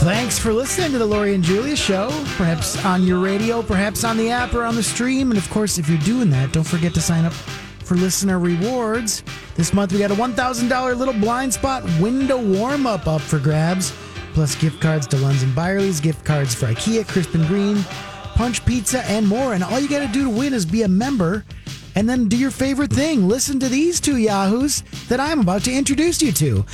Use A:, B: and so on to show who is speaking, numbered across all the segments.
A: Thanks for listening to the Lori and Julia show, perhaps on your radio, perhaps on the app or on the stream. And of course, if you're doing that, don't forget to sign up for listener rewards. This month, we got a $1,000 little blind spot window warm up up for grabs, plus gift cards to Lunds and Byerly's, gift cards for IKEA, Crispin Green, Punch Pizza, and more. And all you got to do to win is be a member and then do your favorite thing. Listen to these two Yahoos that I'm about to introduce you to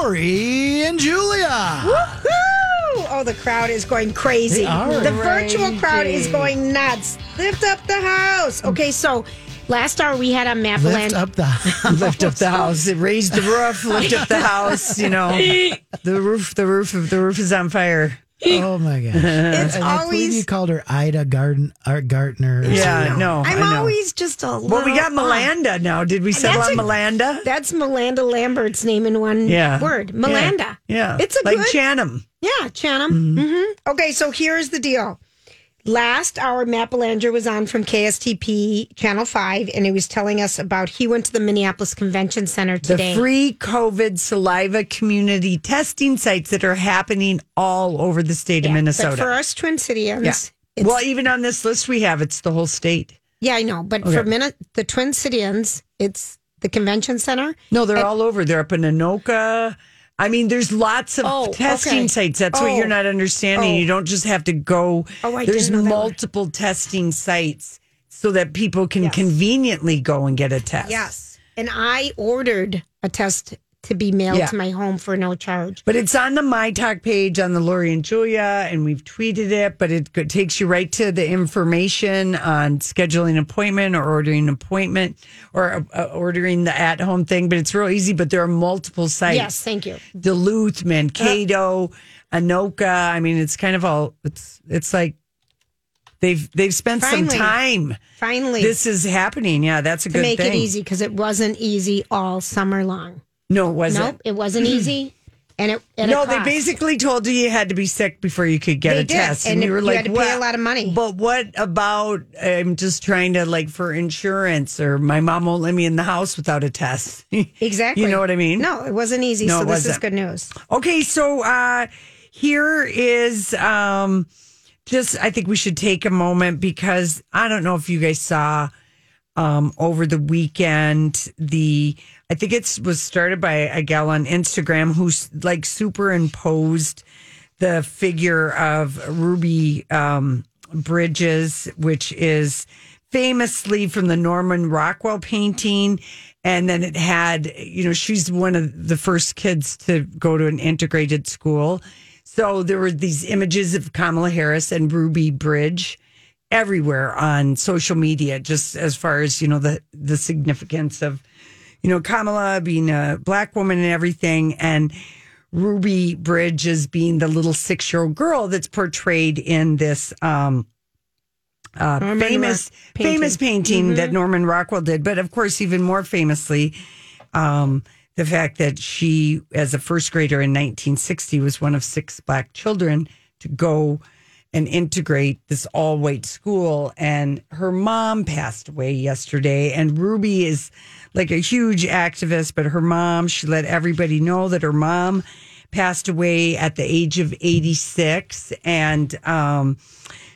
A: Lori and Julia.
B: Woohoo! Oh, the crowd is going crazy.
A: They are.
B: The virtual crowd is going nuts. Lift up the house. Okay, so last hour we had on
A: Lift
B: Mapland.
A: up the
C: lift up the house. It raised the roof, lift up the house, you know. The roof, the roof of the roof is on fire.
A: Oh my gosh! It's I believe
B: always-
A: you called her Ida Garden Art Gartner. or
C: Yeah, no. I
B: I'm
C: know.
B: always just a little.
C: Well, we got
B: off.
C: Melanda now. Did we settle
B: That's
C: on
B: a-
C: Melanda?
B: That's Melanda Lambert's name in one
C: Yeah.
B: word. Melanda.
C: Yeah.
B: It's a
C: like Mm-hmm.
B: good
C: Chanum.
B: Yeah, Chanum. hmm Okay, so here's the deal. Last hour, Matt Belanger was on from KSTP Channel 5, and he was telling us about he went to the Minneapolis Convention Center
C: The
B: today.
C: free COVID saliva community testing sites that are happening all over the state of Minnesota.
B: But for us Twin Cities,
C: Yeah.
B: it's-
C: well, even on this list we have, it's the whole state.
B: Yeah, I know. But for minute, the Twin Cities, it's the convention center.
C: No, they're all over. They're up in Anoka. I mean, there's lots of
B: Oh,
C: testing
B: okay.
C: sites. That's what
B: Oh.
C: you're not understanding.
B: Oh.
C: You don't just have to go.
B: Oh, I
C: there's
B: didn't know that one.
C: multiple testing sites so that people can
B: Yes.
C: conveniently go and get a test.
B: Yes. And I ordered a test to be mailed
C: Yeah.
B: to my home for no charge.
C: But it's on the My Talk page on the Lori and Julia, and we've tweeted it. But it go- takes you right to the information on scheduling an appointment or ordering an appointment or uh, uh, ordering the at home thing. But it's real easy. But there are multiple sites.
B: Yes, thank you.
C: Duluth, Mankato,
B: Uh,
C: Anoka. I mean, it's kind of all. It's it's like they've they've spent
B: Finally.
C: some time.
B: Finally,
C: This is happening. Yeah, that's a
B: to
C: good
B: make
C: thing.
B: it easy because it wasn't easy all summer long.
C: No, it wasn't.
B: Nope, it wasn't easy. And it and it
C: No, they
B: cost.
C: basically told you you had to be sick before you could get
B: They
C: a
B: did,
C: test,
B: and
C: you were
B: you
C: like,
B: had to pay
C: "Well,
B: a lot of money."
C: But what about? I'm just trying to like for insurance, or my mom won't let me in the house without a test.
B: exactly.
C: You know what I mean?
B: No, it wasn't easy.
C: No,
B: so
C: it
B: this is
C: wasn't.
B: good news.
C: Okay, so uh here is um just I think we should take a moment because I don't know if you guys saw um over the weekend the I think it's was started by a gal on Instagram who's like superimposed the figure of Ruby um, Bridges, which is famously from the Norman Rockwell painting. And then it had, you know, she's one of the first kids to go to an integrated school. So there were these images of Kamala Harris and Ruby Bridge everywhere on social media, just as far as, you know, the, the significance of, you know, Kamala being a black woman and everything. And Ruby Bridge as being the little six year old girl that's portrayed in this um, uh,
B: Norman Rock
C: famous
B: painting. Mm-hmm.
C: famous painting that Norman Rockwell did, but of course, even more famously, um, the fact that she, as a first grader in 1960, was one of six black children to go and integrate this all white school. And her mom passed away yesterday. And Ruby is like a huge activist, but her mom, she let everybody know that her mom passed away at the age of 86. And, um,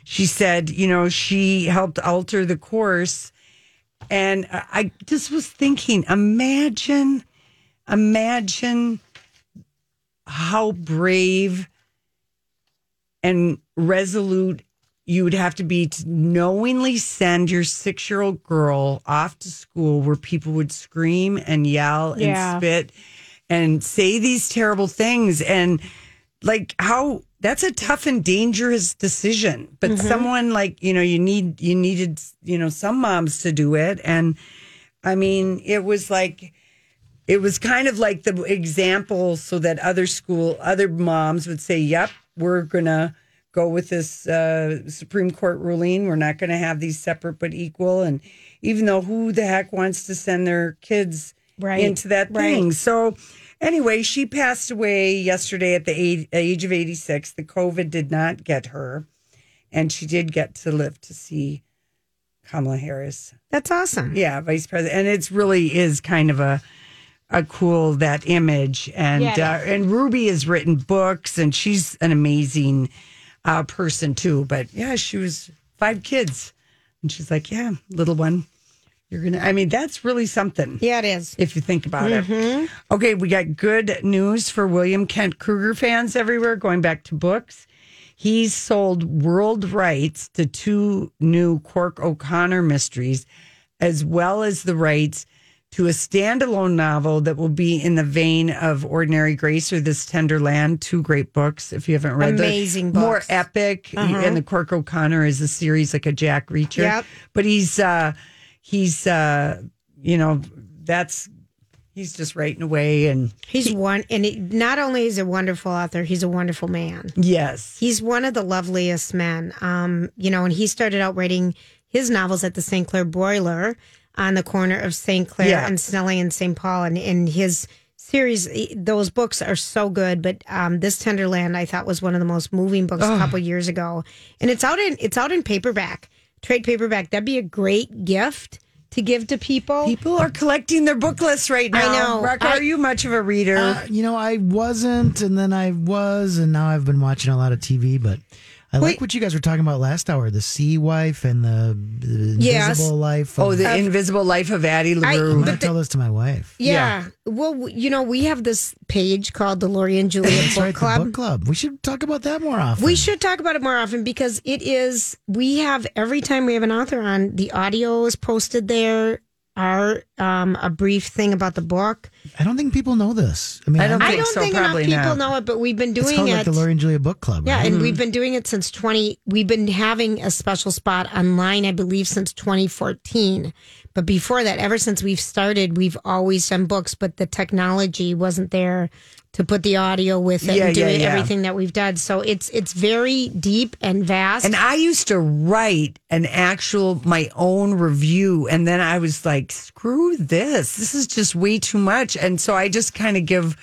C: she said, you know, she helped alter the course. And I I just was thinking, imagine, imagine how brave and resolute you would have to be to knowingly send your six year old girl off to school where people would scream and yell
B: Yeah.
C: and spit and say these terrible things and like how that's a tough and dangerous decision but someone like you know you need you needed you know some moms to do it and i mean it was like it was kind of like the example so that other school other moms would say yep we're gonna go with this uh, supreme court ruling we're not gonna have these separate but equal and even though who the heck wants to send their kids
B: Right,
C: into that
B: right.
C: thing so anyway she passed away yesterday at the age, age of 86 the covid did not get her and she did get to live to see kamala harris
B: That's awesome.
C: yeah, vice president, and it's really is kind of a a cool that image, and uh, and Ruby has written books, and she's an amazing uh, person too. But yeah, she was five kids, and she's like, yeah, little one, you're gonna. I mean, that's really something
B: Yeah, it is.
C: if you think about
B: Mm-hmm.
C: it. Okay, we got good news for William Kent Kruger fans everywhere. Going back to books, he's sold world rights to two new Cork O'Connor mysteries, as well as the rights to a standalone novel that will be in the vein of Ordinary Grace or This Tender Land. Two great books. If you haven't read, them.
B: Amazing
C: more
B: books. Uh-huh.
C: epic. And the Cork O'Connor is a series like a Jack Reacher.
B: Yep.
C: But he's uh he's uh you know that's he's just writing away and
B: He's one, and he, not only is he a wonderful author, he's a wonderful man.
C: yes.
B: He's one of the loveliest men. Um, you know, and he started out writing his novels at the St. Clair Broiler on the corner of St. Clair
C: Yeah.
B: and Snelling and St. Paul. And, and his series, eh, those books are so good. But um, this Tenderland, I thought, was one of the most moving books a couple years ago. And it's out in it's out in paperback, trade paperback. That'd be a great gift to give to people.
C: People are collecting their book lists right now.
B: I know.
C: Rock,
B: I-
C: are you much of a reader?
A: Uh, you know, I wasn't, and then I was, and now I've been watching a lot of TV. But I like
B: Wait.
A: what you guys were talking about last hour—the sea wife and the, the invisible
B: Yes.
A: life.
C: oh,
A: of-
C: the Invisible Life of Addie LaRue.
A: I'm gonna tell this to my wife.
B: Yeah. Well, w- you know, we have this page called the Lori and Juliet
A: That's
B: Book
A: right,
B: Club.
A: the book club. We should talk about that more often.
B: We should talk about it more often because it is, we have every time we have an author on, the audio is posted there, our, um, a brief thing about the book.
A: I don't think people know this. I mean,
C: I don't
B: I
C: think
B: don't
C: so,
B: think enough
C: probably
B: people
C: not.
B: know it, but we've been
A: it's
B: doing
A: called
B: it.
A: like the Lori and Julia book club.
B: yeah,
A: right?
B: and
C: Mm-hmm.
B: we've been doing it since 20, we've been having a special spot online, I believe, since 2014. But before that, ever since we've started, we've always done books, but the technology wasn't there to put the audio with it
C: Yeah,
B: and do
C: yeah, yeah.
B: everything that we've done. So it's it's very deep and vast.
C: And I used to write an actual my own review, and then I was like, "Screw this! This is just way too much." And so I just kind of give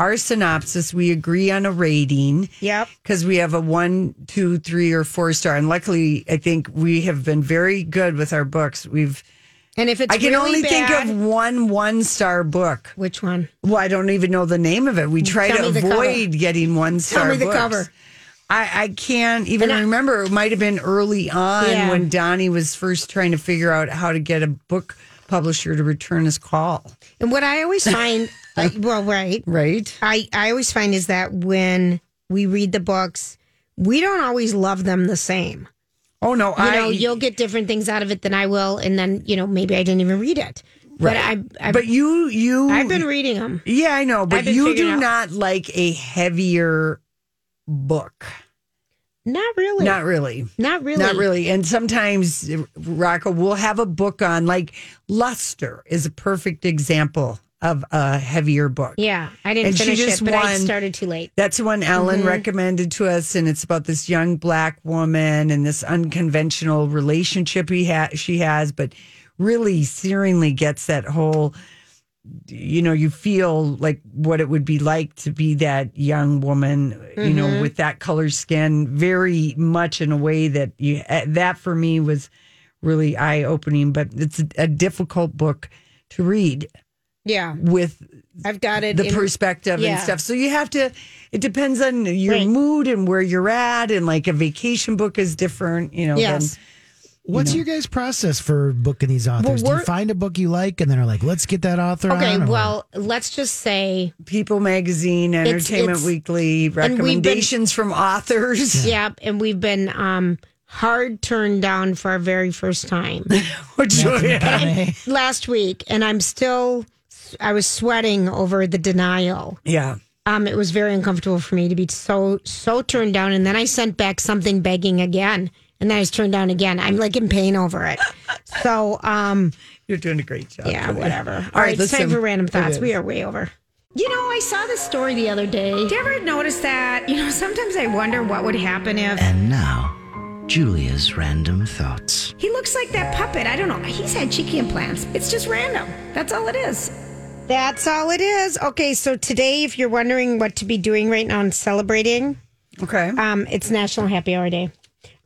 C: our synopsis. We agree on a rating.
B: Yep.
C: because we have a one, two, three, or four star. And luckily, I think we have been very good with our books. We've
B: And if it's
C: I can
B: really
C: only
B: bad,
C: think of one one star book.
B: which one.
C: Well, I don't even know the name of it. We try
B: Tell
C: to
B: me the cover.
C: avoid getting one star.
B: me the
C: books.
B: cover.
C: I, I can't even remember. It might have been early on
B: Yeah.
C: when Donnie was first trying to figure out how to get a book publisher to return his call.
B: And what I always find, I, well, right,
C: Right?
B: I I always find is that when we read the books, we don't always love them the same.
C: Oh no!
B: You
C: I
B: know, you'll get different things out of it than I will, and then you know maybe I didn't even read it. But I, I
C: but you you
B: I've been reading them.
C: Yeah, I know, but
B: been
C: you
B: figuring
C: do
B: out-
C: not like a heavier book.
B: Not really.
C: Not really.
B: not really.
C: Not really. And sometimes, Rocco, we'll have a book on, like Luster is a perfect example of a heavier book.
B: Yeah, I didn't
C: And she
B: finish
C: just
B: it, but I
C: won-
B: started too late.
C: That's the one Ellen recommended to us, and it's about this young black woman and this unconventional relationship he ha- she has, but really searingly gets that whole, you know, you feel like what it would be like to be that young woman, you know, with that color skin, very much in a way that you eh, that for me was really eye opening, but it's a difficult book to read
B: Yeah,
C: with
B: I've got it.
C: the
B: in-
C: perspective and
B: yeah.
C: stuff. So you have to. It depends on your
B: Right.
C: mood and where you're at, and like a vacation book is different, you know. than-
B: Yes.
A: What's your guys' process for booking these authors? Do you
B: we're-
A: find a book you like and then are like, let's get that author on?
B: Okay,
A: or-
B: well, let's just say
C: People Magazine, Entertainment
B: it's-
C: Weekly,
B: we've been-
C: recommendations from authors,
B: Yep, and we've been um hard turned down for our very first time
C: which yeah.
B: last week, and I'm still I was sweating over the denial.
C: Yeah.
B: Um, it was very uncomfortable for me to be so so turned down, and then I sent back something begging again, and then I was turned down again. I'm like in pain over it. So um,
C: You're doing a great job.
B: yeah,
C: Julia.
B: whatever.
C: All right,
B: it's time
C: listen.
B: for random thoughts.
C: is.
B: We are way over.
D: You know, I saw this story the other day.
B: Do you ever notice that? You know, sometimes I wonder what would happen if
E: And now, Julia's random thoughts.
B: he looks like that puppet. I don't know. He's had cheeky implants. It's just random.
D: That's all it is.
B: That's all it is. Okay, so today, if you're wondering what to be doing right now and celebrating,
C: Okay.
B: um, it's National Happy Hour Day.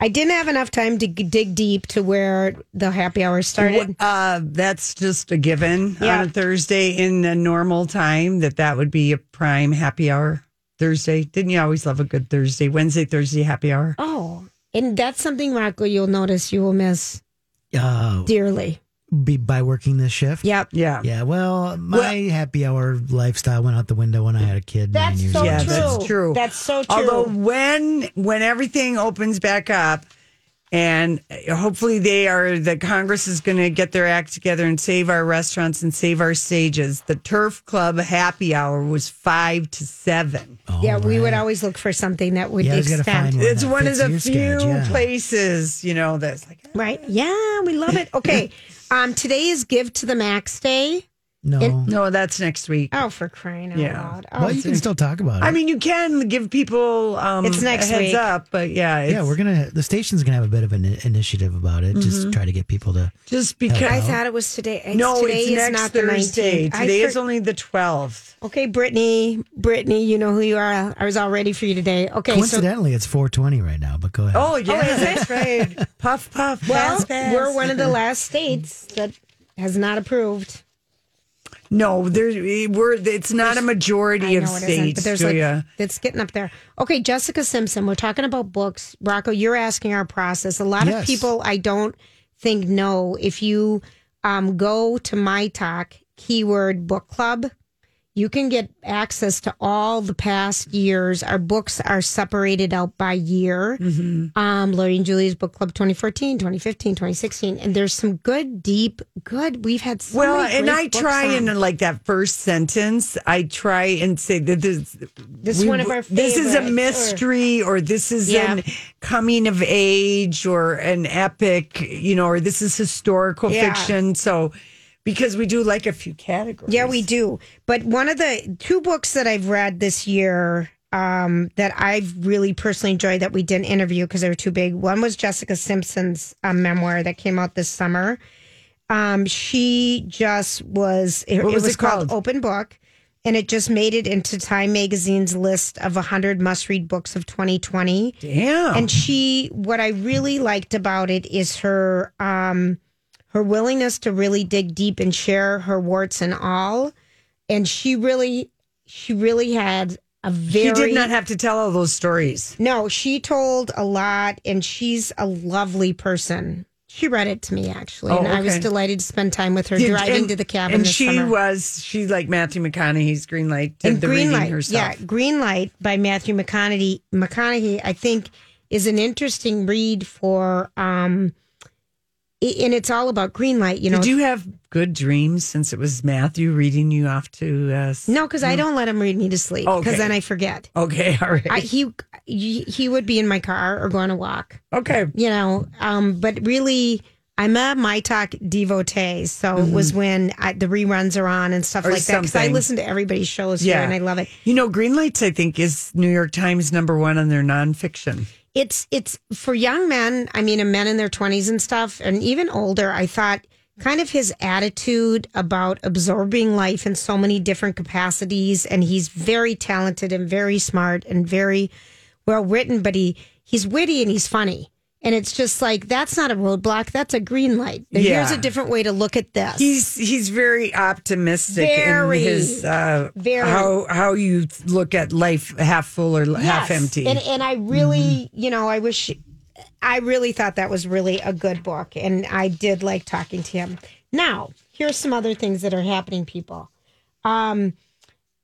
B: I didn't have enough time to g- dig deep to where the happy hour started.
C: Uh, that's just a given
B: Yeah.
C: on a Thursday in a normal time that that would be a prime happy hour Thursday. Didn't you always love a good Thursday, Wednesday, Thursday happy hour?
B: Oh, and that's something, Rocco, you'll notice you will miss
A: Uh,
B: dearly.
A: be by working this shift.
B: Yep.
C: Yeah.
A: Yeah, well, my happy hour lifestyle went out the window when I had a kid. nine
B: That's
A: years
B: so
A: ago.
C: Yeah,
B: true.
C: that's true.
B: That's so true.
C: Although when when everything opens back up and hopefully they are the Congress is going to get their act together and save our restaurants and save our stages. The Turf Club happy hour was 5 to 7.
B: yeah, we would always look for something that would
A: Yeah, you gotta find
B: extend.
A: one.
C: It's
A: Oh, that
C: one of
A: fits
C: the few
A: your schedule, yeah.
C: places, you know, that's like
B: Right? Yeah, we love it. Okay. um, today is Give to the Max Day.
A: No.
C: No, that's next week.
B: Oh, for crying out
C: Yeah.
B: loud. Oh,
A: well, you can still talk about it.
C: I mean, you can give people um,
B: It's next
C: a heads
B: week.
C: up, but yeah, it's
A: yeah, we're gonna. The station's gonna have a bit of an i- initiative about it.
B: Mm-hmm.
A: Just try to get people to.
C: just because.
B: I thought it was today. It's-
C: no,
B: today
C: it's
B: is
C: next
B: not
C: Thursday.
B: The 19th. I
C: Today is
B: for-
C: only the twelfth.
B: okay, Brittany. Brittany, you know who you are. I was all ready for you today. Okay, so
A: Coincidentally, it's 4:20 right now. But go ahead.
C: Oh yeah, that's right. Puff puff.
B: well,
C: pass, pass.
B: we're one of the last states that has not approved.
C: no. There we're. It's not a majority
B: I
C: of
B: know it isn't,
C: states.
B: but there's
C: Julia.
B: like it's getting up there. Okay, Jessica Simpson. We're talking about books. Rocco, you're asking our process. A lot of
A: Yes.
B: people I don't think know if you um, go to my talk keyword book club. You can get access to all the past years. Our books are separated out by year.
C: Mm-hmm.
B: Um, Lori and Julie's Book Club 2014, 2015, 2016. And there's some good, deep, good. We've had so
C: well,
B: many
C: and
B: great
C: I
B: books
C: try
B: on.
C: and like that first sentence, I try and say that this
B: This is one of our
C: this is a
B: favorites, or-
C: mystery or, this is
B: Yeah.
C: an coming of age or an epic, you know, or this is historical
B: Yeah.
C: fiction. So because we do like a few categories.
B: Yeah, we do. But one of the two books that I've read this year um, that I've really personally enjoyed that we didn't interview because they were too big. One was Jessica Simpson's um, memoir that came out this summer. Um, she just was. It,
C: What
B: it
C: was
B: was
C: it
B: called?
C: called?
B: Open Book, and it just made it into Time Magazine's list of 100 must-read books of 2020.
C: Damn.
B: And she, what I really liked about it is her, um, her willingness to really dig deep and share her warts and all. And she really, she really had a very.
C: he did not have to tell all those stories.
B: no, she told a lot, and she's a lovely person. She read it to me actually,
C: Oh,
B: and I was
C: okay.
B: delighted to spend time with her
C: Did-
B: driving
C: and-
B: to the cabin.
C: And
B: this
C: she
B: summer.
C: was she like Matthew McConaughey's Green Light did the reading herself.
B: Yeah, Green Light by Matthew McConaughey. McConaughey, I think, is an interesting read for, um, i- and it's all about green light. You know,
C: Did you have good dreams since it was Matthew reading you off to uh, us?
B: no, because I don't let him read me to sleep because
C: Mm. Oh, Okay.
B: then I forget.
C: Okay, all right.
B: I, he he would be in my car or go on a walk.
C: okay.
B: you know um but really i'm a my talk devotee so it was when I, the reruns are on and stuff
C: Mm-hmm. Or
B: like that because i
C: something.
B: listen to everybody's shows
C: Yeah.
B: here and i love it
C: You know, Green Lights, I think, is New York Times number one on their nonfiction.
B: it's it's for young men i mean and men in their 20s and stuff and even older i thought kind of his attitude about absorbing life in so many different capacities and he's very talented and very smart and very well written but he he's witty and he's funny and it's just like that's not a roadblock that's a green light here's
C: Yeah.
B: a different way to look at this
C: He's he's very optimistic
B: Very.
C: in his uh,
B: Very.
C: how how you look at life half full or half
B: Yes.
C: empty. Mm-hmm.
B: And, and I really, you know, I wish, I really thought that was really a good book. And I did like talking to him. Now, here's some other things that are happening, people. Um,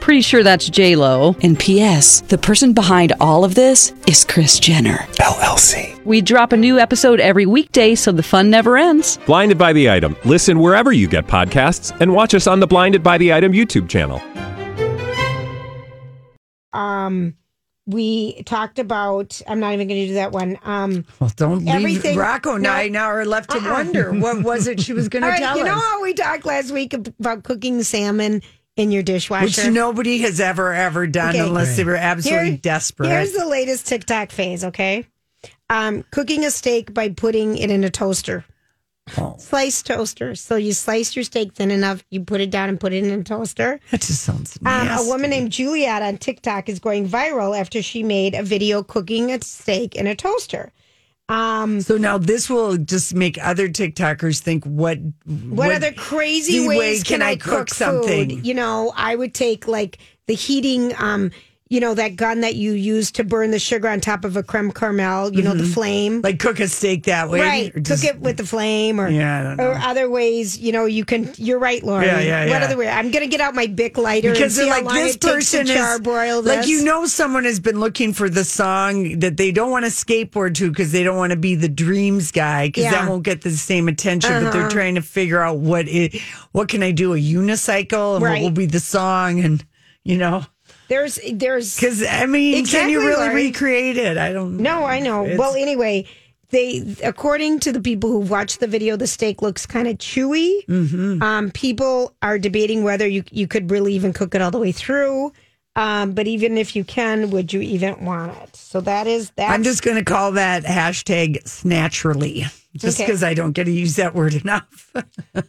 F: Pretty sure that's J Lo.
G: And P.S. The person behind all of this is Chris Jenner.
H: LLC.
F: We drop a new episode every weekday, so the fun never ends.
H: Blinded by the item. Listen wherever you get podcasts, and watch us on the Blinded by the Item YouTube channel.
B: um we talked about I'm not even going to do that one. Um
C: Well, don't
B: Everything-
C: leave. Rocco and I
B: no.
C: now are left to
B: Uh-uh.
C: wonder what was it she was going
B: all
C: to
B: right,
C: tell
B: you know
C: us,
B: how we talked last week ab- about cooking salmon in your dishwasher?
C: which nobody has ever ever done
B: Okay.
C: unless they were absolutely
B: Here-
C: desperate.
B: Here's the latest TikTok phase, okay? Um, cooking a steak by putting it in a toaster.
C: Oh.
B: Slice toaster. So you slice your steak thin enough, you put it down and put it in a toaster.
C: that just sounds
B: Um,
C: nasty.
B: a woman named Juliet on TikTok is going viral after she made a video cooking a steak in a toaster. Um,
C: So now this will just make other TikTokers think what
B: what, other crazy
C: the
B: ways
C: way
B: can, I cook,
C: something?
B: Food? You know, I would take like the heating, um, you know, that gun that you use to burn the sugar on top of a creme caramel. You know, the flame.
C: Mm-hmm. like cook a steak that way,
B: right,
C: or just-
B: cook it with the flame, or
C: Yeah, I don't know.
B: or other ways. You know, you can. You're right, Lauren.
C: Yeah, yeah,
B: What
C: yeah.
B: other way? I'm gonna get out my Bic lighter
C: Because
B: and
C: they're
B: see
C: like
B: how long
C: this
B: it takes to
C: person is
B: charbroil
C: like
B: this.
C: you know someone has been looking for the song that they don't want to skateboard to because they don't want to be the dreams guy because
B: Yeah. Uh-huh.
C: that won't get the same attention. But they're trying to figure out what it what can I do a unicycle and what
B: Right.
C: will be the song and you know
B: There's there's
C: because I mean can
B: Exactly,
C: you really
B: Lauren.
C: recreate it? I don't
B: No, I know.
C: It's-
B: well, anyway, they according to the people who've watched the video, the steak looks kind of chewy.
C: Mm-hmm.
B: Um, people are debating whether you you could really even cook it all the way through. Um, but even if you can, would you even want it? So that is that.
C: I'm just going to call that hashtag snatcherly just
B: Okay.
C: because I don't get to use that word enough.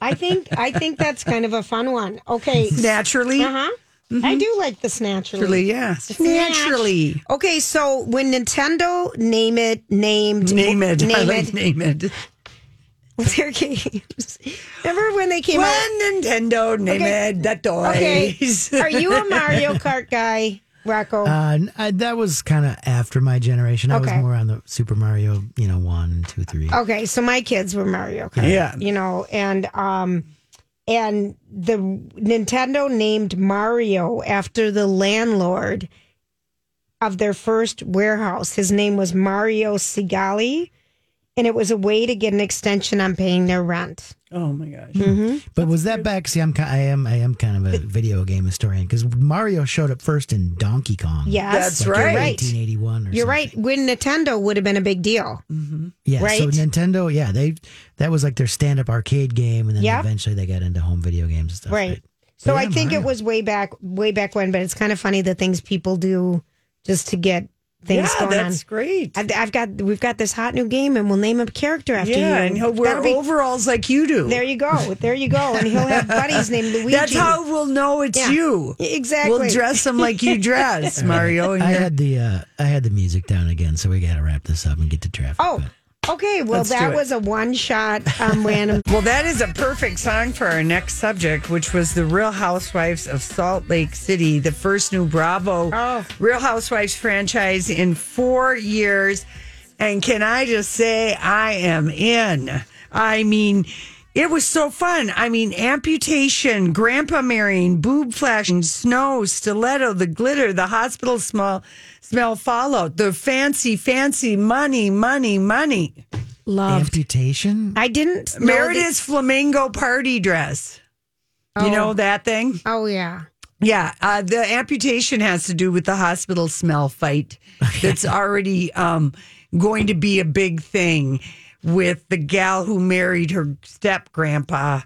B: I think I think that's kind of a fun one. Okay,
C: Naturally?
B: Uh huh. I do like the snatcherly.
C: Naturally, yes.
B: Snatch.
C: Naturally.
B: Okay, so when Nintendo name it named
C: Name it. I
B: name
C: like
B: it
C: name it.
B: with their games. Remember when they came
C: When
B: out?
C: Nintendo name
B: Okay.
C: it the
B: Okay.
C: toys.
B: Are you a Mario Kart guy, Rocco?
A: Uh, n- I, that was kind of after my generation. I
B: Okay.
A: was more on the Super Mario, you know, one, two, three.
B: okay, so my kids were Mario Kart.
C: Yeah.
B: You know, and um and the Nintendo named Mario after the landlord of their first warehouse. His name was Mario Sigali, and it was a way to get an extension on paying their rent.
C: Oh my gosh.
B: Mm-hmm.
A: But was that back? See, I'm ki- I am I am kind of a video game historian because Mario showed up first in Donkey Kong.
B: Yes.
C: That's
A: like
C: right.
A: in
B: You're right.
A: 1981. Or
B: You're
A: something.
B: right. When Nintendo would have been a big deal.
A: Yeah. So
B: Right.
A: Nintendo, yeah, they that was like their stand up arcade game, and then
B: Yep.
A: eventually they got into home video games and stuff.
B: right. So I think it was way back, way back when. But it's kind of funny the things people do just to get things
C: yeah,
B: going
C: that's
B: on.
C: great.
B: I've, I've got we've got this hot new game, and we'll name a character after you.
C: yeah, and he'll wear
B: That'll be-
C: overalls like you do.
B: There you go. There you go. And he'll have buddies named Luigi.
C: That's how we'll know it's
B: Yeah. E-,
C: you.
B: Exactly.
C: We'll dress them like you dress, Mario. And
A: I
C: you're-
A: had the uh, I had the music down again, so we got to wrap this up and get to traffic.
B: Oh,
A: but-
B: okay. Well,
C: Let's do
B: that
C: it.
B: was a one shot um, random.
C: Well, that is a perfect song for our next subject, which was the Real Housewives of Salt Lake City, the first new Bravo
B: Oh.
C: Real Housewives franchise in four years. And can I just say, I am in. I mean, it was so fun. I mean, amputation, grandpa marrying, boob flashing, snow, stiletto, the glitter, the hospital smell, smell fallout, the fancy, fancy money, money, money. um,
B: Loved.
A: amputation.
B: I didn't. know
C: Meredith's flamingo party dress. You know that thing?
B: that- Oh yeah.
C: Yeah. Uh, the amputation has to do with the hospital smell fight that's already um, going to be a big thing with the gal who married her step grandpa.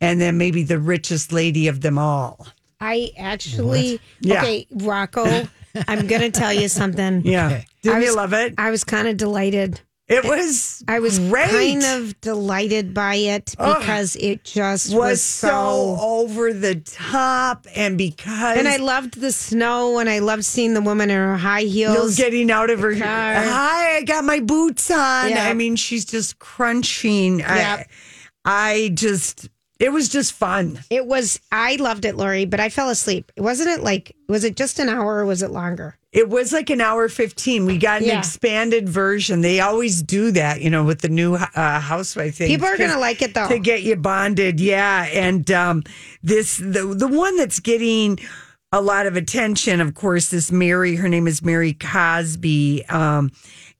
C: and then maybe the richest lady of them all.
B: I actually
C: Yeah.
B: okay, Rocco. I'm gonna tell you something.
C: Yeah.
B: I
C: Didn't you
B: was-
C: love it?
B: I was kind of delighted.
C: It was
B: I was
C: great.
B: kind of delighted by it
C: Ugh.
B: because it just was,
C: was, so over the top, and because
B: And I loved the snow, and I loved seeing the woman in her high
C: Nils
B: heels.
C: getting out of her.
B: car.
C: Hi, I got my boots on.
B: Yeah.
C: I mean, she's just crunching.
B: Yep.
C: I, I just, it was just fun.
B: It was. I loved it, Lori, but I fell asleep. Wasn't it like? Was it just an hour, or was it longer?
C: It was like an hour 15. We got an
B: Yeah.
C: expanded version. They always do that, you know, with the new uh, housewife thing.
B: People are gonna like it, though.
C: To get you bonded. Yeah. And um, this, the, the one that's getting a lot of attention, of course, is Mary. Her name is Mary Cosby. Um,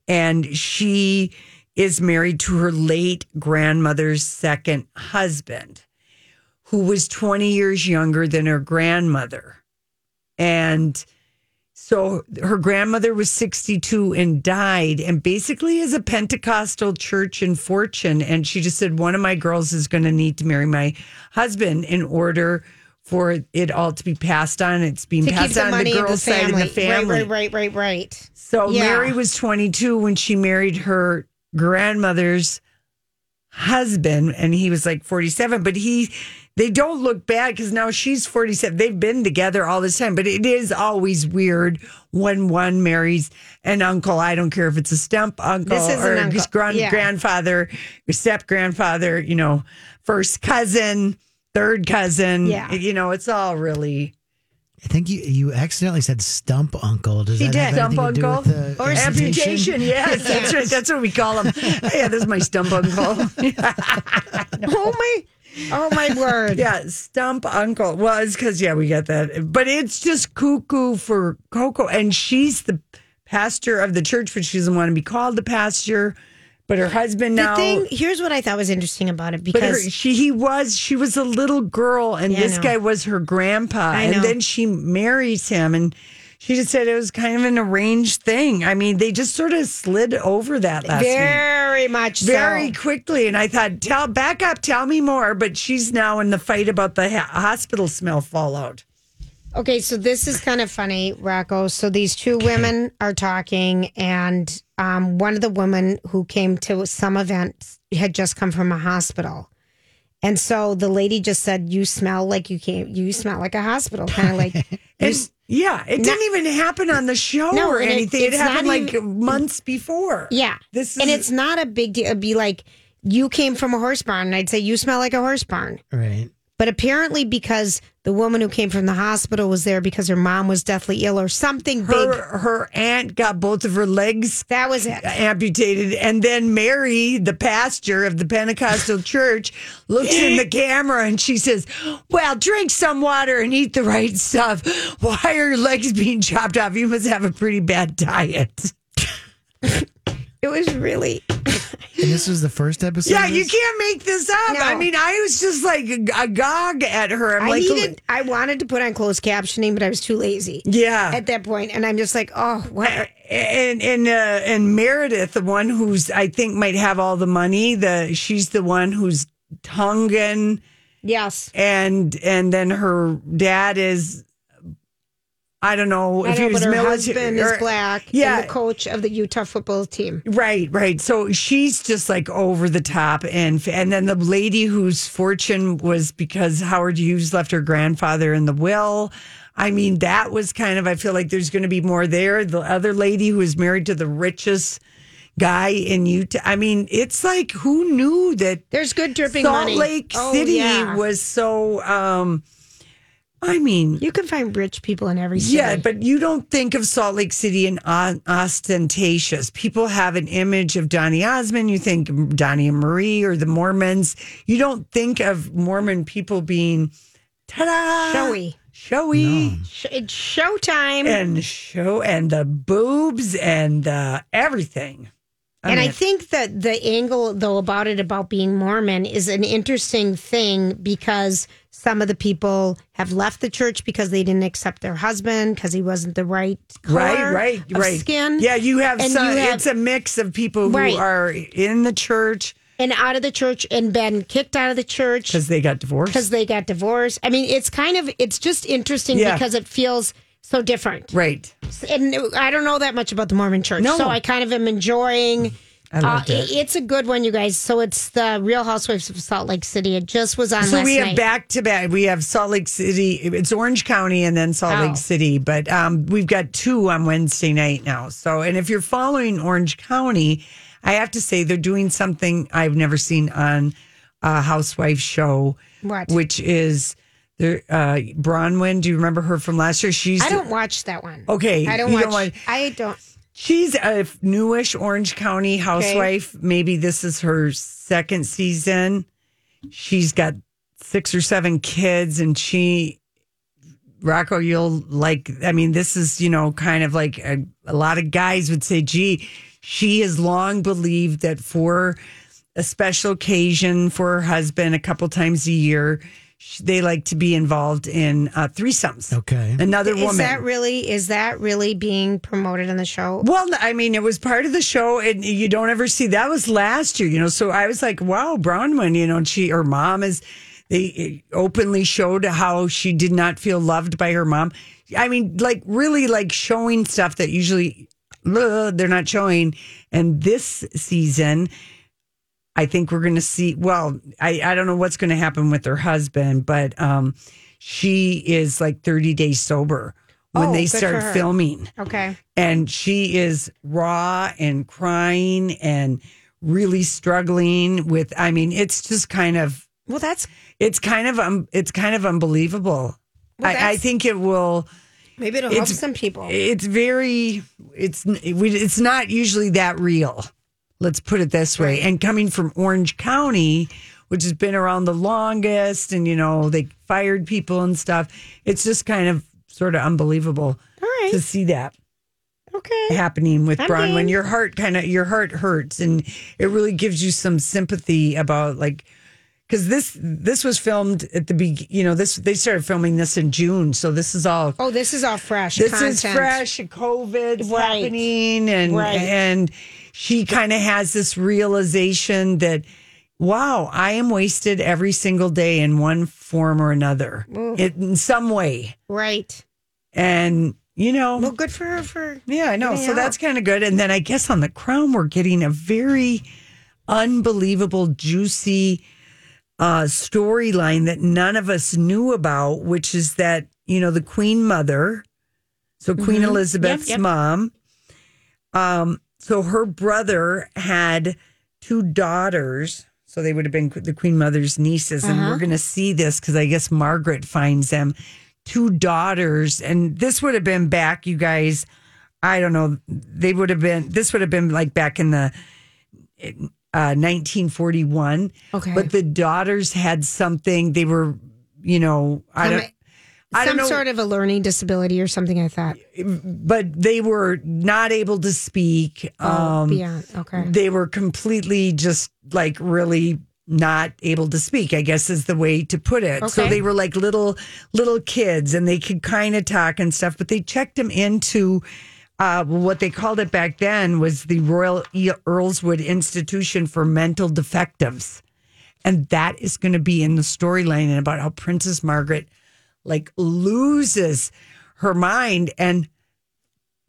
C: and she is married to her late grandmother's second husband, who was 20 years younger than her grandmother. And so her grandmother was 62 and died, and basically is a Pentecostal church in fortune. And she just said, One of my girls is going to need to marry my husband in order for it all to be passed on. It's being
B: To keep
C: passed
B: the
C: on
B: money
C: the
B: of the
C: girl's side and
B: family.
C: the family.
B: Right, right, right, right, right.
C: So
B: Yeah.
C: Mary was 22 when she married her grandmother's husband and he was like 47 but he they don't look bad cuz now she's 47 they've been together all this time but it is always weird when one marries an uncle I don't care if it's a stump uncle
B: This is an
C: or
B: uncle,
C: his grand,
B: yeah.
C: grandfather your step grandfather you know first cousin third cousin
B: Yeah.
C: you know it's all really
A: I think you you accidentally said stump uncle. Does
C: He
A: that
C: did.
A: have anything to do
C: Stump
A: with the
C: Or amputation. Yes, that's right. That's what we call them. yeah, this is my stump uncle.
B: Oh my! Oh my word!
C: yeah, stump uncle. Well, it's because, yeah, we got that. But it's just cuckoo for Coco. And she's the pastor of the church, but she doesn't want to be called the pastor. But her husband now.
B: The thing here's what I thought was interesting about it
C: But her,
B: because
C: she he was she was a little girl and
B: Yeah, I
C: this
B: know.
C: guy was her grandpa
B: I
C: and
B: know.
C: then she marries him and she just said it was kind of an arranged thing. I mean, they just sort of slid over that last week
B: very much so.
C: very quickly and I thought, "Tell back up, tell me more." But she's now in the fight about the ha- hospital smell fallout.
B: Okay, so this is kind of funny, Rocco. So these two women are talking, and um, one of the women who came to some event had just come from a hospital, and so the lady just said, "You smell like you came. You smell like a hospital." Kind of like,
C: And yeah, it didn't even happen on the show
B: No,
C: or
B: and it-
C: anything. It,
B: it's
C: happened
B: not
C: like months before.
B: yeah,
C: This
B: and
C: is-
B: it's not a big deal. It'd be like you came from a horse barn, and I'd say you smell like a horse barn.
A: Right.
B: But apparently, because the woman who came from the hospital was there because her mom was deathly ill or something big.
C: her her aunt got both of her legs
B: That was it.
C: amputated and then mary the pastor of the pentecostal church looks in the camera and she says well drink some water and eat the right stuff why are your legs being chopped off you must have a pretty bad diet
B: It was really.
A: And this was the first episode.
C: yeah
A: of
C: you
A: this?
C: can't make this up
B: No.
C: i mean i was just like ag- agog at her i'm
B: I
C: like
B: needed. I wanted to put on closed captioning, but I was too lazy
C: yeah
B: at that point, and I'm just like, oh, what?
C: and and uh, and Meredith, the one who's I think might have all the money. The she's the one who's Tongan,
B: Yes,
C: and and then her dad is. I don't know
B: I
C: if
B: know,
C: he was
B: but her
C: military.
B: husband
C: or-
B: is black.
C: Yeah.
B: and the coach of the Utah football team.
C: Right, right. So she's just like over the top, and and then the lady whose fortune was because Howard Hughes left her grandfather in the will. I mean, that was kind of. I feel like there's going to be more there. The other lady who is married to the richest guy in Utah. I mean, it's like who knew that
B: There's good dripping
C: Salt
B: money.
C: Lake
B: Oh,
C: City
B: yeah.
C: was so. um I mean,
B: You can find rich people in every city.
C: yeah, but you don't think of Salt Lake City and on- ostentatious. People have an image of Donny Osmond. You think Donny and Marie or the Mormons. You don't think of Mormon people being ta-da,
B: showy.
C: showy,
B: Sh- It's showtime.
C: and show and the boobs and uh, everything.
B: and I
C: mean,
B: think that the angle, though, about it about being Mormon is an interesting thing because some of the people have left the church because they didn't accept their husband because he wasn't the right color
C: right, right,
B: of
C: right.
B: skin.
C: Yeah, you have
B: And
C: some.
B: you have-
C: it's a mix of people who
B: Right.
C: are in the church
B: and out of the church and been kicked out of the church
C: because they got divorced.
B: because they got divorced. I mean, it's kind of it's just interesting
C: Yeah.
B: because it feels so different.
C: right.
B: And I don't know that much about the Mormon Church,
C: No.
B: so I kind of am enjoying.
C: I loved
B: uh,
C: it.
B: It's a good one, you guys. So it's the Real Housewives of Salt Lake City. It just was on
C: So
B: last
C: we have
B: night.
C: back to back. We have Salt Lake City. It's Orange County and then Salt
B: Wow.
C: Lake City. But um, we've got two on Wednesday night now. So, and if you're following Orange County, I have to say they're doing something I've never seen on a housewife show,
B: What?
C: which is the uh, Bronwyn. Do you remember her from last year? She's
B: I don't watch that one.
C: Okay,
B: I don't
C: you
B: watch.
C: don't watch-
B: I don't.
C: She's a newish Orange County housewife. Maybe this is her second season. She's got six or seven kids, and she, Rocco, you'll like, I mean, this is, you know, kind of like a, a lot of guys would say, gee, she has long believed that for a special occasion for her husband a couple times a year, sh- they like to be involved in uh, threesomes.
A: Okay.
C: Another
B: Is
C: woman.
B: that really? Is that really being promoted on the show?
C: Well, I mean, it was part of the show, and you don't ever see that was last year, you know. So I was like, wow, Bronwyn, you know, and she her mom is they eh, openly showed how she did not feel loved by her mom. I mean, like really, like showing stuff that usually uh, they're not showing. And this season, I think we're going to see. Well, I, I don't know what's going to happen with her husband, but um, she is like 30 days sober when
B: Oh,
C: they
B: good for her.
C: start filming
B: Okay.
C: and she is raw and crying and really struggling with i mean it's just kind of
B: Well, that's
C: it's kind of um it's kind of unbelievable
B: Well,
C: I, I
B: that's-
C: think it will
B: maybe it'll help
C: It's-
B: some people.
C: it's very it's n- we- it's not usually that real let's put it this way and coming from orange county which has been around the longest and you know they fired people and stuff it's just kind of sort of unbelievable
B: All right.
C: to see that
B: okay.
C: happening with
B: I'm
C: Bronwyn.
B: game.
C: your heart kind of your heart hurts, and it really gives you some sympathy about like because this this was filmed at the be you know this they started filming this in June, so this is all
B: Oh, this is all fresh.
C: this
B: content.
C: is fresh. COVID's
B: Right.
C: happening, and
B: Right.
C: and she kind of has this realization that. Wow, I am wasted every single day in one form or another, in some way.
B: Right.
C: And you know,
B: Well, good for her for
C: yeah, I know.
B: Getting
C: So
B: out.
C: that's kind of good. And then I guess on the crown, we're getting a very unbelievable, juicy uh, storyline that none of us knew about, which is that, you know, the Queen Mother, so
B: Mm-hmm.
C: Queen Elizabeth's
I: yep.
C: mom, um, so her brother had two daughters. So they would have been the Queen Mother's nieces. And
B: Uh-huh.
C: we're going to see this because I guess Margaret finds them two daughters. And this would have been back, you guys. I don't know. They would have been, this would have been like back in the uh, 1941.
B: Okay.
C: But the daughters had something, they were, you know, I
B: Some-
C: don't, I
B: some
C: don't know.
B: sort of a learning disability or something. I thought.
C: but they were not able to speak.
B: Oh,
C: um,
B: beyond. Okay.
C: they were completely just like really not able to speak i guess is the way to put it so
B: Okay.
C: they were like little little kids and they could kind of talk and stuff but they checked them into uh, what they called it back then was the royal E- earlswood institution for mental defectives and that is going to be in the storyline and about how princess margaret like loses her mind and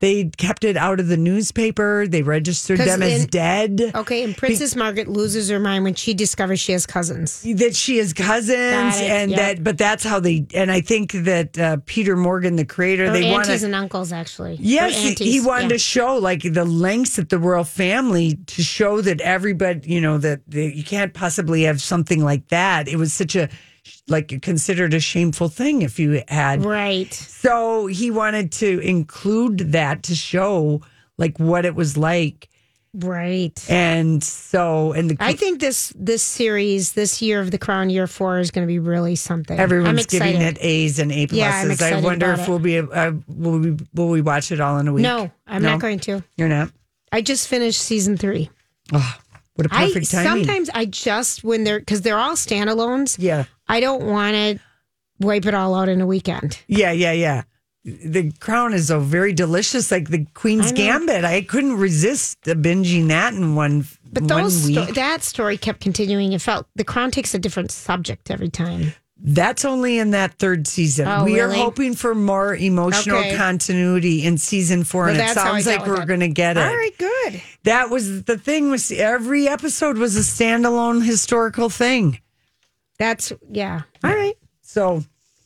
C: they kept it out of the newspaper they registered
B: 'Cause
C: them as
B: in-
C: dead
B: Okay, and Princess Margaret loses her mind when she discovers she has cousins.
C: that she is cousins
B: Got it,
C: and
B: yep.
C: that but that's how they and i think that uh, peter morgan the creator
B: Her
C: they want
B: aunties
C: to
B: and uncles, actually. Her
C: yes he- he
B: aunties,
C: wanted
B: yeah.
C: to show like the lengths that the royal family to show that everybody you know that, that you can't possibly have something like that it was such a like considered a shameful thing if you had
B: Right.
C: so he wanted to include that to show like what it was like
B: Right.
C: and so and the
B: I think this this series, this year of the Crown, year four, is going to be really something. I'm
C: Everyone's
B: excited.
C: giving it A's and A
B: Yeah, I'm
C: pluses. I
B: excited
C: wonder
B: about
C: if
B: it.
C: we'll be uh, will we will we watch it all in a week?
B: No, I'm
C: No?
B: not going to.
C: You're not.
B: I just finished season three.
C: Oh, what a
B: I
C: perfect timing.
B: sometimes I just when they're because they're all standalones.
C: yeah,
B: I don't want to wipe it all out in a weekend.
C: yeah, yeah, yeah. the crown is so very delicious, like the Queen's
B: I know.
C: Gambit. I couldn't resist the binging that in one.
B: But
C: one
B: those sto-
C: week.
B: that story kept continuing. It felt the crown takes a different subject every time.
C: That's only in that third season.
B: Oh,
C: we
B: really?
C: are hoping for more emotional
B: Okay.
C: continuity in season four,
B: Well,
C: and it
B: that's how I
C: sounds
B: dealt
C: like
B: with
C: we're
B: it.
C: going to get it.
B: All right, good.
C: That was the thing. Was every episode was a standalone historical thing.
B: That's yeah. All right.
C: So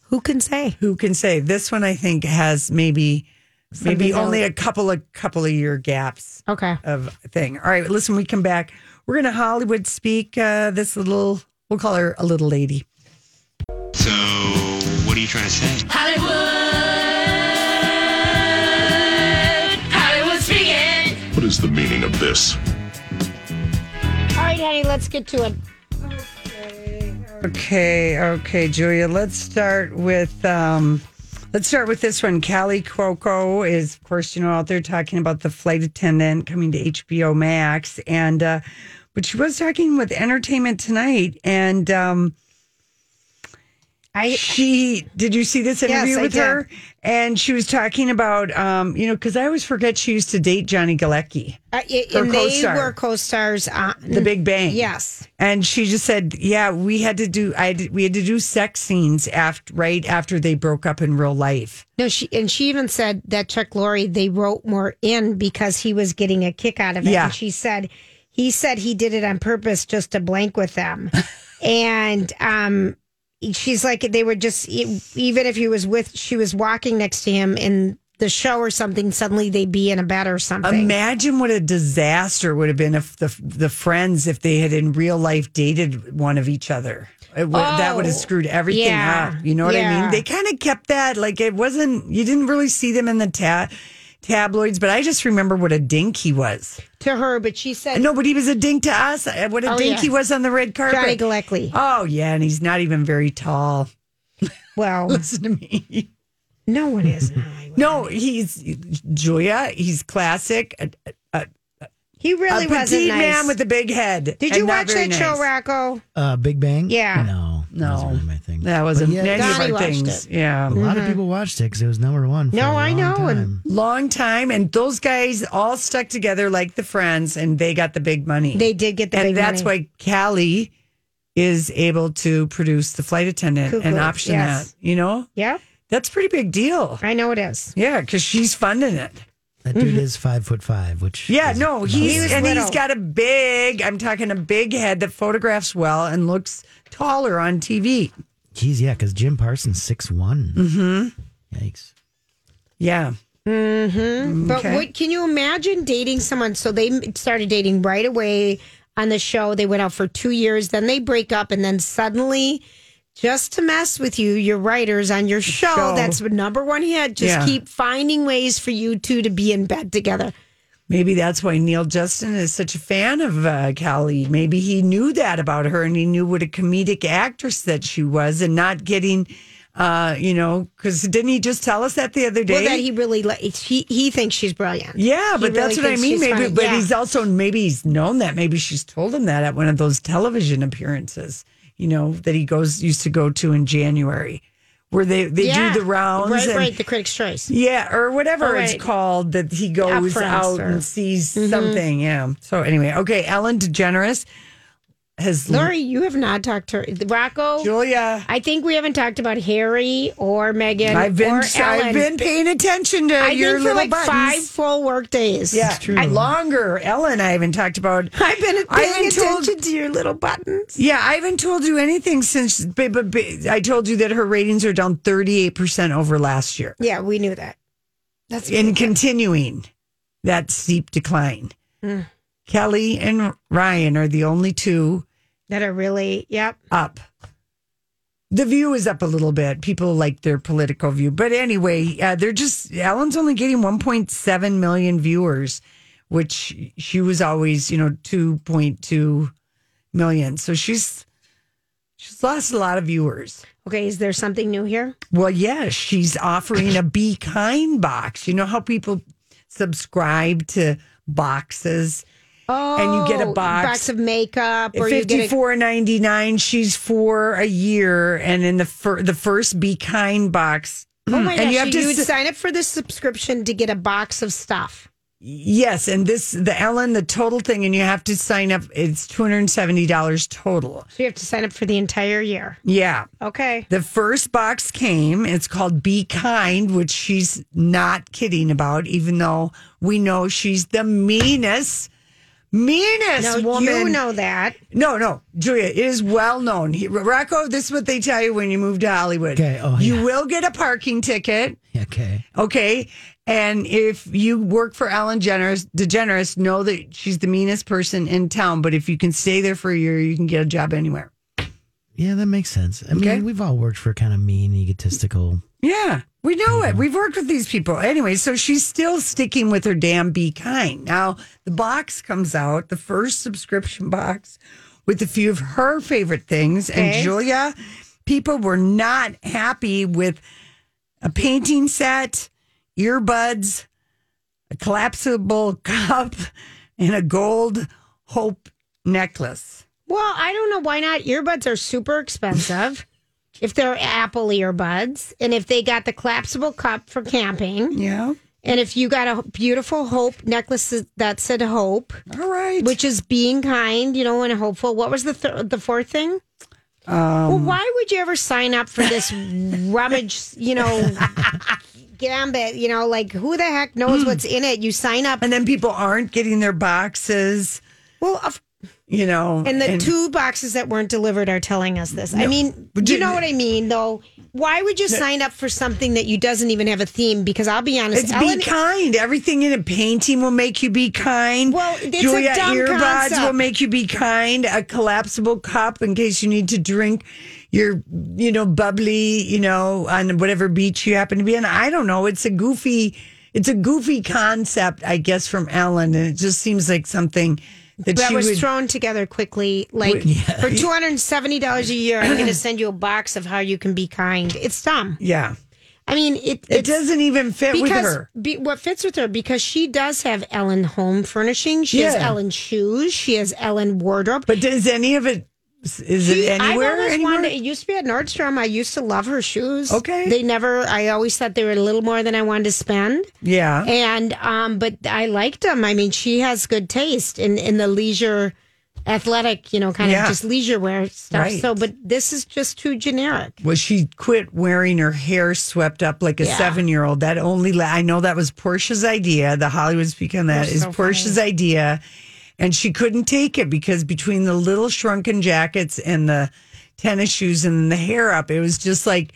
B: Who can say?
C: who can say this one? I think has maybe maybe
B: Something else.
C: only a couple of couple of year gaps
B: Okay.
C: of thing. All right, listen. We come back. We're going to Hollywood speak. Uh, this little we'll call her a little lady.
J: So, what are you trying to say?
K: Hollywood. Hollywood speaking.
L: What is the meaning of this?
B: All right, honey, let's get to it.
C: Okay, okay, Julia. Let's start with um let's start with this one. Callie Cuoco is of course, you know, out there talking about the flight attendant coming to HBO Max and uh but she was talking with Entertainment Tonight and um
B: I
C: she did you see this interview
B: Yes, I
C: with
B: did.
C: her? And she was talking about um, you know, because I always forget she used to date Johnny Galecki.
B: Uh, y-
C: Her
B: and they
C: co-star.
B: were co-stars uh, on
C: The Big Bang.
B: Mm. Yes.
C: And she just said, "Yeah, we had to do. I had, we had to do sex scenes after right after they broke up in real life.
B: No, she and she even said that Chuck Lorre they wrote more in because he was getting a kick out of it.
C: Yeah.
B: And she said he said he did it on purpose just to blank with them. and um she's like they were just e- even if he was with she was walking next to him in the show or something suddenly they'd be in a bed or something.
C: Imagine what a disaster would have been if the the friends if they had in real life dated one of each other. It would, that would have
B: Oh,
C: screwed everything
B: yeah,
C: up. You know what I
B: yeah.
C: mean? They kind of kept that like it wasn't. You didn't really see them in the ta- tabloids, but I just remember what a dink he was.
B: to her, but she said
C: No, but he was a dink to us. Uh, What a
B: Uh, Oh,
C: dink
B: yeah.
C: he was on the red carpet.
B: Johnny Galecki.
C: Oh yeah, and he's not even very tall.
B: Well,
C: listen to me.
B: No one is.
C: No, he's Julia. He's classic. A, a,
B: he really
C: a
B: wasn't
C: petite
B: nice.
C: man with a big head.
B: Did
C: and
B: you
C: not
B: watch
C: very
B: that show,
C: nice.
B: Rocco?
A: Uh, Big Bang.
B: Yeah.
A: No, no, wasn't really my thing.
C: That wasn't
A: But
C: any of
B: Donnie
C: our
B: watched
C: things.
B: it.
C: Yeah,
A: A lot of people watched it because it was number one. For
C: Mm-hmm. No,
A: a
C: I
A: long
C: know,
A: Time.
C: and long time, and those guys all stuck together like the friends, and they got the big money.
B: They did get the
C: and
B: big
C: that's
B: money.
C: why Callie is able to produce the flight attendant and
B: Cuckoo,
C: option
B: yes.
C: that. You know,
B: Yeah.
C: that's a pretty big deal.
B: I know it is.
C: Yeah, because she's funding it.
A: That dude is five foot five, which
C: Mm-hmm. Yeah,
A: is
C: no,
A: not
C: he's
A: really-
C: and he's got a big. I'm talking a big head that photographs well and looks taller on TV.
A: Geez, yeah, because Jim Parsons six one. Mm-hmm. Yikes.
C: Yeah,
B: Mm-hmm. But
C: Okay.
B: what can you imagine dating someone? So they m- started dating right away on the show. They went out for two years, then they break up, and then suddenly, just to mess with you, your writers on your show,
C: show.
B: that's the number one hit. Just
C: Yeah.
B: keep finding ways for you two to be in bed together.
C: maybe that's why Neil Justin is such a fan of uh, Callie. Maybe he knew that about her, and he knew what a comedic actress that she was, and not getting, uh, you know, because didn't he just tell us that the other day?
B: Well, that he really like. He he thinks she's brilliant.
C: Yeah,
B: He
C: but that's
B: really
C: what I
B: thinks
C: mean.
B: she's
C: Maybe,
B: funny.
C: but
B: Yeah.
C: he's also maybe he's known that. Maybe she's told him that at one of those television appearances. You know that he goes used to go to in January, where they they
B: Yeah.
C: do the rounds.
B: Right,
C: and,
B: right. The Critics' Choice.
C: Yeah, or whatever
B: Oh, right.
C: it's called that he goes
B: Upfronts
C: out
B: or-
C: and sees
B: Mhm.
C: something. Yeah. So anyway, okay. Ellen DeGeneres has
B: Lori, you have not talked to her. Rocco.
C: Julia.
B: I think we haven't talked about Harry or Megan.
C: I've been
B: or
C: I've
B: Ellen.
C: been paying attention to
B: I
C: your
B: think for
C: little
B: like
C: buttons.
B: five full work days.
C: Yeah, I- longer. Ellen, I haven't talked about.
B: I've been
C: I
B: paying
C: haven't told-
B: attention to your little buttons.
C: Yeah, I haven't told you anything since. But, but, but I told you that her ratings are down thirty eight percent over last year,
B: Yeah, we knew that. That's
C: and continuing that steep decline.
B: Mm.
C: Kelly and Ryan are the only two
B: that are really yep.
C: up. The view is up a little bit. People like their political view, but anyway, uh, they're just Ellen's only getting one point seven million viewers, which she was always, you know, two point two million. So she's she's lost a lot of viewers.
B: Okay, is there something new here?
C: Well, yes, she's offering a Be Kind box. You know how people subscribe to boxes?
B: Oh,
C: you get a box.
B: of makeup, or you
C: Fifty
B: get a,
C: four ninety nine. She's for a year, and in the fir- the first Be Kind box
B: Oh my
C: Hmm. And
B: gosh!
C: you
B: You,
C: have to
B: would
C: s-
B: sign up for this subscription to get a box of stuff.
C: Yes, and this the Ellen the total thing, and you have to sign up. It's two hundred and seventy dollars total.
B: So you have to sign up for the entire year.
C: Yeah.
B: Okay.
C: The first box came. It's called Be Kind, which she's not kidding about, even though we know she's the meanest, meanest
B: Now,
C: woman.
B: you know that.
C: No, no, Julia, it is well known. He, Rocco, this is what they tell you when you move to Hollywood.
A: Okay, oh,
C: You will get a parking ticket.
A: Okay.
C: Okay. And if you work for Ellen Generous, DeGeneres, know that she's the meanest person in town. But if you can stay there for a year, you can get a job anywhere.
A: Yeah, that makes sense. I mean,
C: Okay.
A: we've all worked for kind of mean, egotistical.
C: Yeah, we know it. We've worked with these people. Anyway, so she's still sticking with her damn be kind. Now, the box comes out, the first subscription box with a few of her favorite things.
B: Okay.
C: And Julia, people were not happy with a painting set, earbuds, a collapsible cup, and a gold hope necklace.
B: Well, I don't know why not. Earbuds are super expensive. if they're Apple earbuds, and if they got the collapsible cup for camping,
C: Yeah.
B: and if you got a beautiful hope necklace that said hope,
C: All right.
B: which is being kind, you know, and hopeful. What was the th- the fourth thing?
C: um,
B: Well, why would you ever sign up for this rummage? You know, gambit. You know, like who the heck knows what's in it? You sign up,
C: and then people aren't getting their boxes,
B: well, of
C: you know.
B: And the two boxes that weren't delivered are telling us this. I mean, do you know what I mean, though? Why would you sign up for something that you doesn't even have a theme? Because I'll be honest,
C: It's
B: Ellen,
C: be kind. Everything in a painting will make you be kind.
B: Well, it's a
C: Julia
B: dumb
C: earbuds
B: concept.
C: will make you be kind. A collapsible cup in case you need to drink your, you know, bubbly, you know, on whatever beach you happen to be on. I don't know. It's a goofy, it's a goofy concept, I guess, from Ellen, and it just seems like something that,
B: that
C: she
B: was
C: would.
B: thrown together quickly. Like for two hundred and seventy dollars a year, I'm going to send you a box of how you can be kind. It's dumb.
C: yeah,
B: I mean, it
C: it
B: it's-
C: doesn't even fit
B: because
C: with her.
B: Be, what fits with her because she does have Ellen home furnishing. She has
C: Yeah.
B: Ellen shoes. She has Ellen wardrobe.
C: But does any of it? Is
B: She-
C: it anywhere?
B: I always
C: anymore?
B: wanted. It used to be at Nordstrom. I used to love her shoes.
C: Okay.
B: They never. I always thought they were a little more than I wanted to spend.
C: yeah.
B: And um, but I liked them. I mean, she has good taste in in the leisure, athletic, you know, kind
C: Yeah.
B: of just leisure wear stuff.
C: Right.
B: So, but this is just too generic.
C: Well, she quit wearing her hair swept up like a
B: Yeah.
C: seven year old. That only, la- I know that was Portia's idea. The Hollywood speak on that
B: That's
C: is
B: so
C: Portia's idea. And she couldn't take it because between the little shrunken jackets and the tennis shoes and the hair up, it was just like,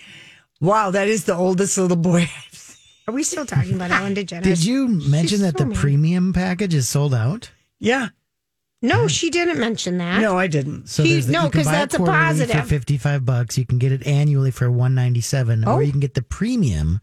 C: wow, that is the oldest little boy I've seen.
B: Are we still talking about Ellen DeGeneres?
A: Did you mention that the
B: so mean.
A: premium package is sold out?
C: Yeah. Mm-hmm.
B: No, Oh, she didn't mention that.
C: No, I didn't.
A: So
B: She-
A: there's the,
B: no,
A: you can
B: 'cause
A: buy it
B: that's a
A: quarterly
B: positive.
A: For fifty-five bucks, you can get it annually for one ninety-seven,
C: Oh.
A: or you can get the premium,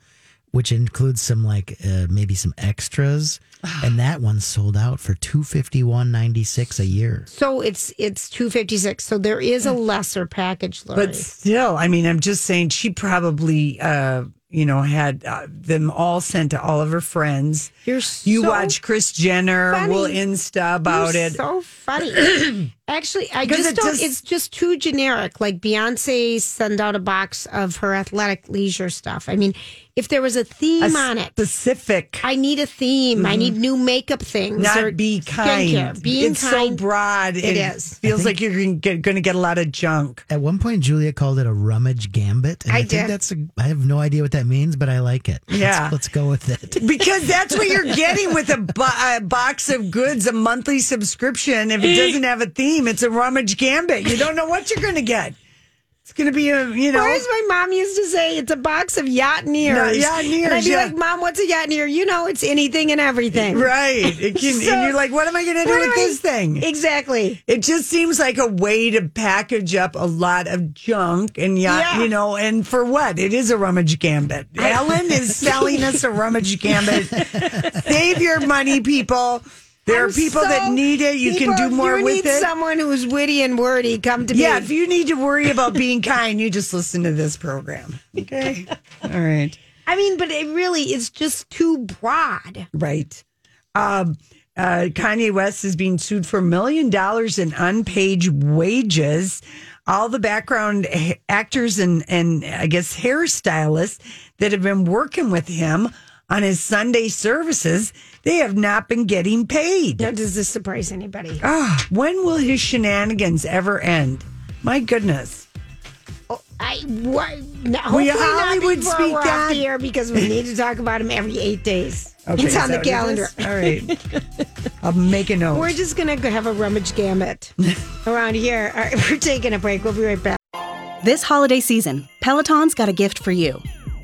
A: which includes some like uh, maybe some extras, and that one's sold out for two fifty-one ninety-six a year.
B: So it's it's two fifty six. So there is a lesser package, Lori.
C: Hmm. But still, I mean, I'm just saying she probably, uh, you know, had uh, them all sent to all of her friends.
B: You're so
C: You watch Chris Jenner.
B: funny.
C: We'll Insta about
B: You're
C: it.
B: So funny. Actually, I
C: 'Cause
B: just
C: it
B: don't.
C: just-
B: it's just too generic. Like Beyonce send out a box of her athletic leisure stuff. I mean, if there was a
C: A
B: theme on it,
C: Specific.
B: I need a theme. I need new makeup things. or
C: Not be
B: skincare.
C: kind.
B: Being
C: it's
B: kind.
C: so broad.
B: It is.
C: Feels like you're going to get a lot of junk.
A: At one point, Julia called it a rummage gambit, and I,
B: I
A: think
B: did.
A: that's. A, I have no idea what that means, but I like it. Let's-
C: Yeah.
A: let's, go with it.
C: Because that's what you're getting with a, bo- a box of goods, a monthly subscription. If it doesn't have a theme, it's a rummage gambit. You don't know what you're going to get. It's going to be a, you know.
B: Or as my mom used to say, it's a box of yacht and ears.
C: yacht and
B: And I'd
C: ears,
B: be
C: yeah.
B: like, Mom, what's a yacht and ear? You know, it's anything and everything.
C: Right. It can,
B: So-
C: and you're like, what am I going to do
B: What
C: with
B: do I-
C: this thing?
B: Exactly.
C: It just seems like a way to package up a lot of junk and yeah,
B: Yeah.
C: you know, and for what? It is a rummage gambit. Ellen is selling us a rummage gambit. Save your money, people. There are
B: I'm
C: people
B: so-
C: that need it. You
B: people,
C: can
B: if
C: do more
B: you
C: with
B: need
C: it.
B: Someone who's witty and wordy, come to me.
C: yeah, if you need to worry about being kind, you just listen to this program. Okay. All right.
B: I mean, but it really is just too broad.
C: Right. Um, uh, Kanye West is being sued for a million dollars in unpaid wages. all the background h- actors and and I guess hairstylists that have been working with him on his Sunday services, they have not been getting paid.
B: Now, does this surprise anybody?
C: Ah, when will his shenanigans ever end? My goodness.
B: I what?
C: Will
B: Hopefully
C: you
B: not
C: Hollywood
B: before
C: speak
B: we're
C: that?
B: off the air because we need to talk about him every eight days. it's
C: is
B: on the
C: that what it
B: calendar.
C: is? All right. I'll make a note.
B: We're just gonna go have a rummage gamut around here. All right, we're taking a break. We'll be right back.
L: This holiday season, Peloton's got a gift for you.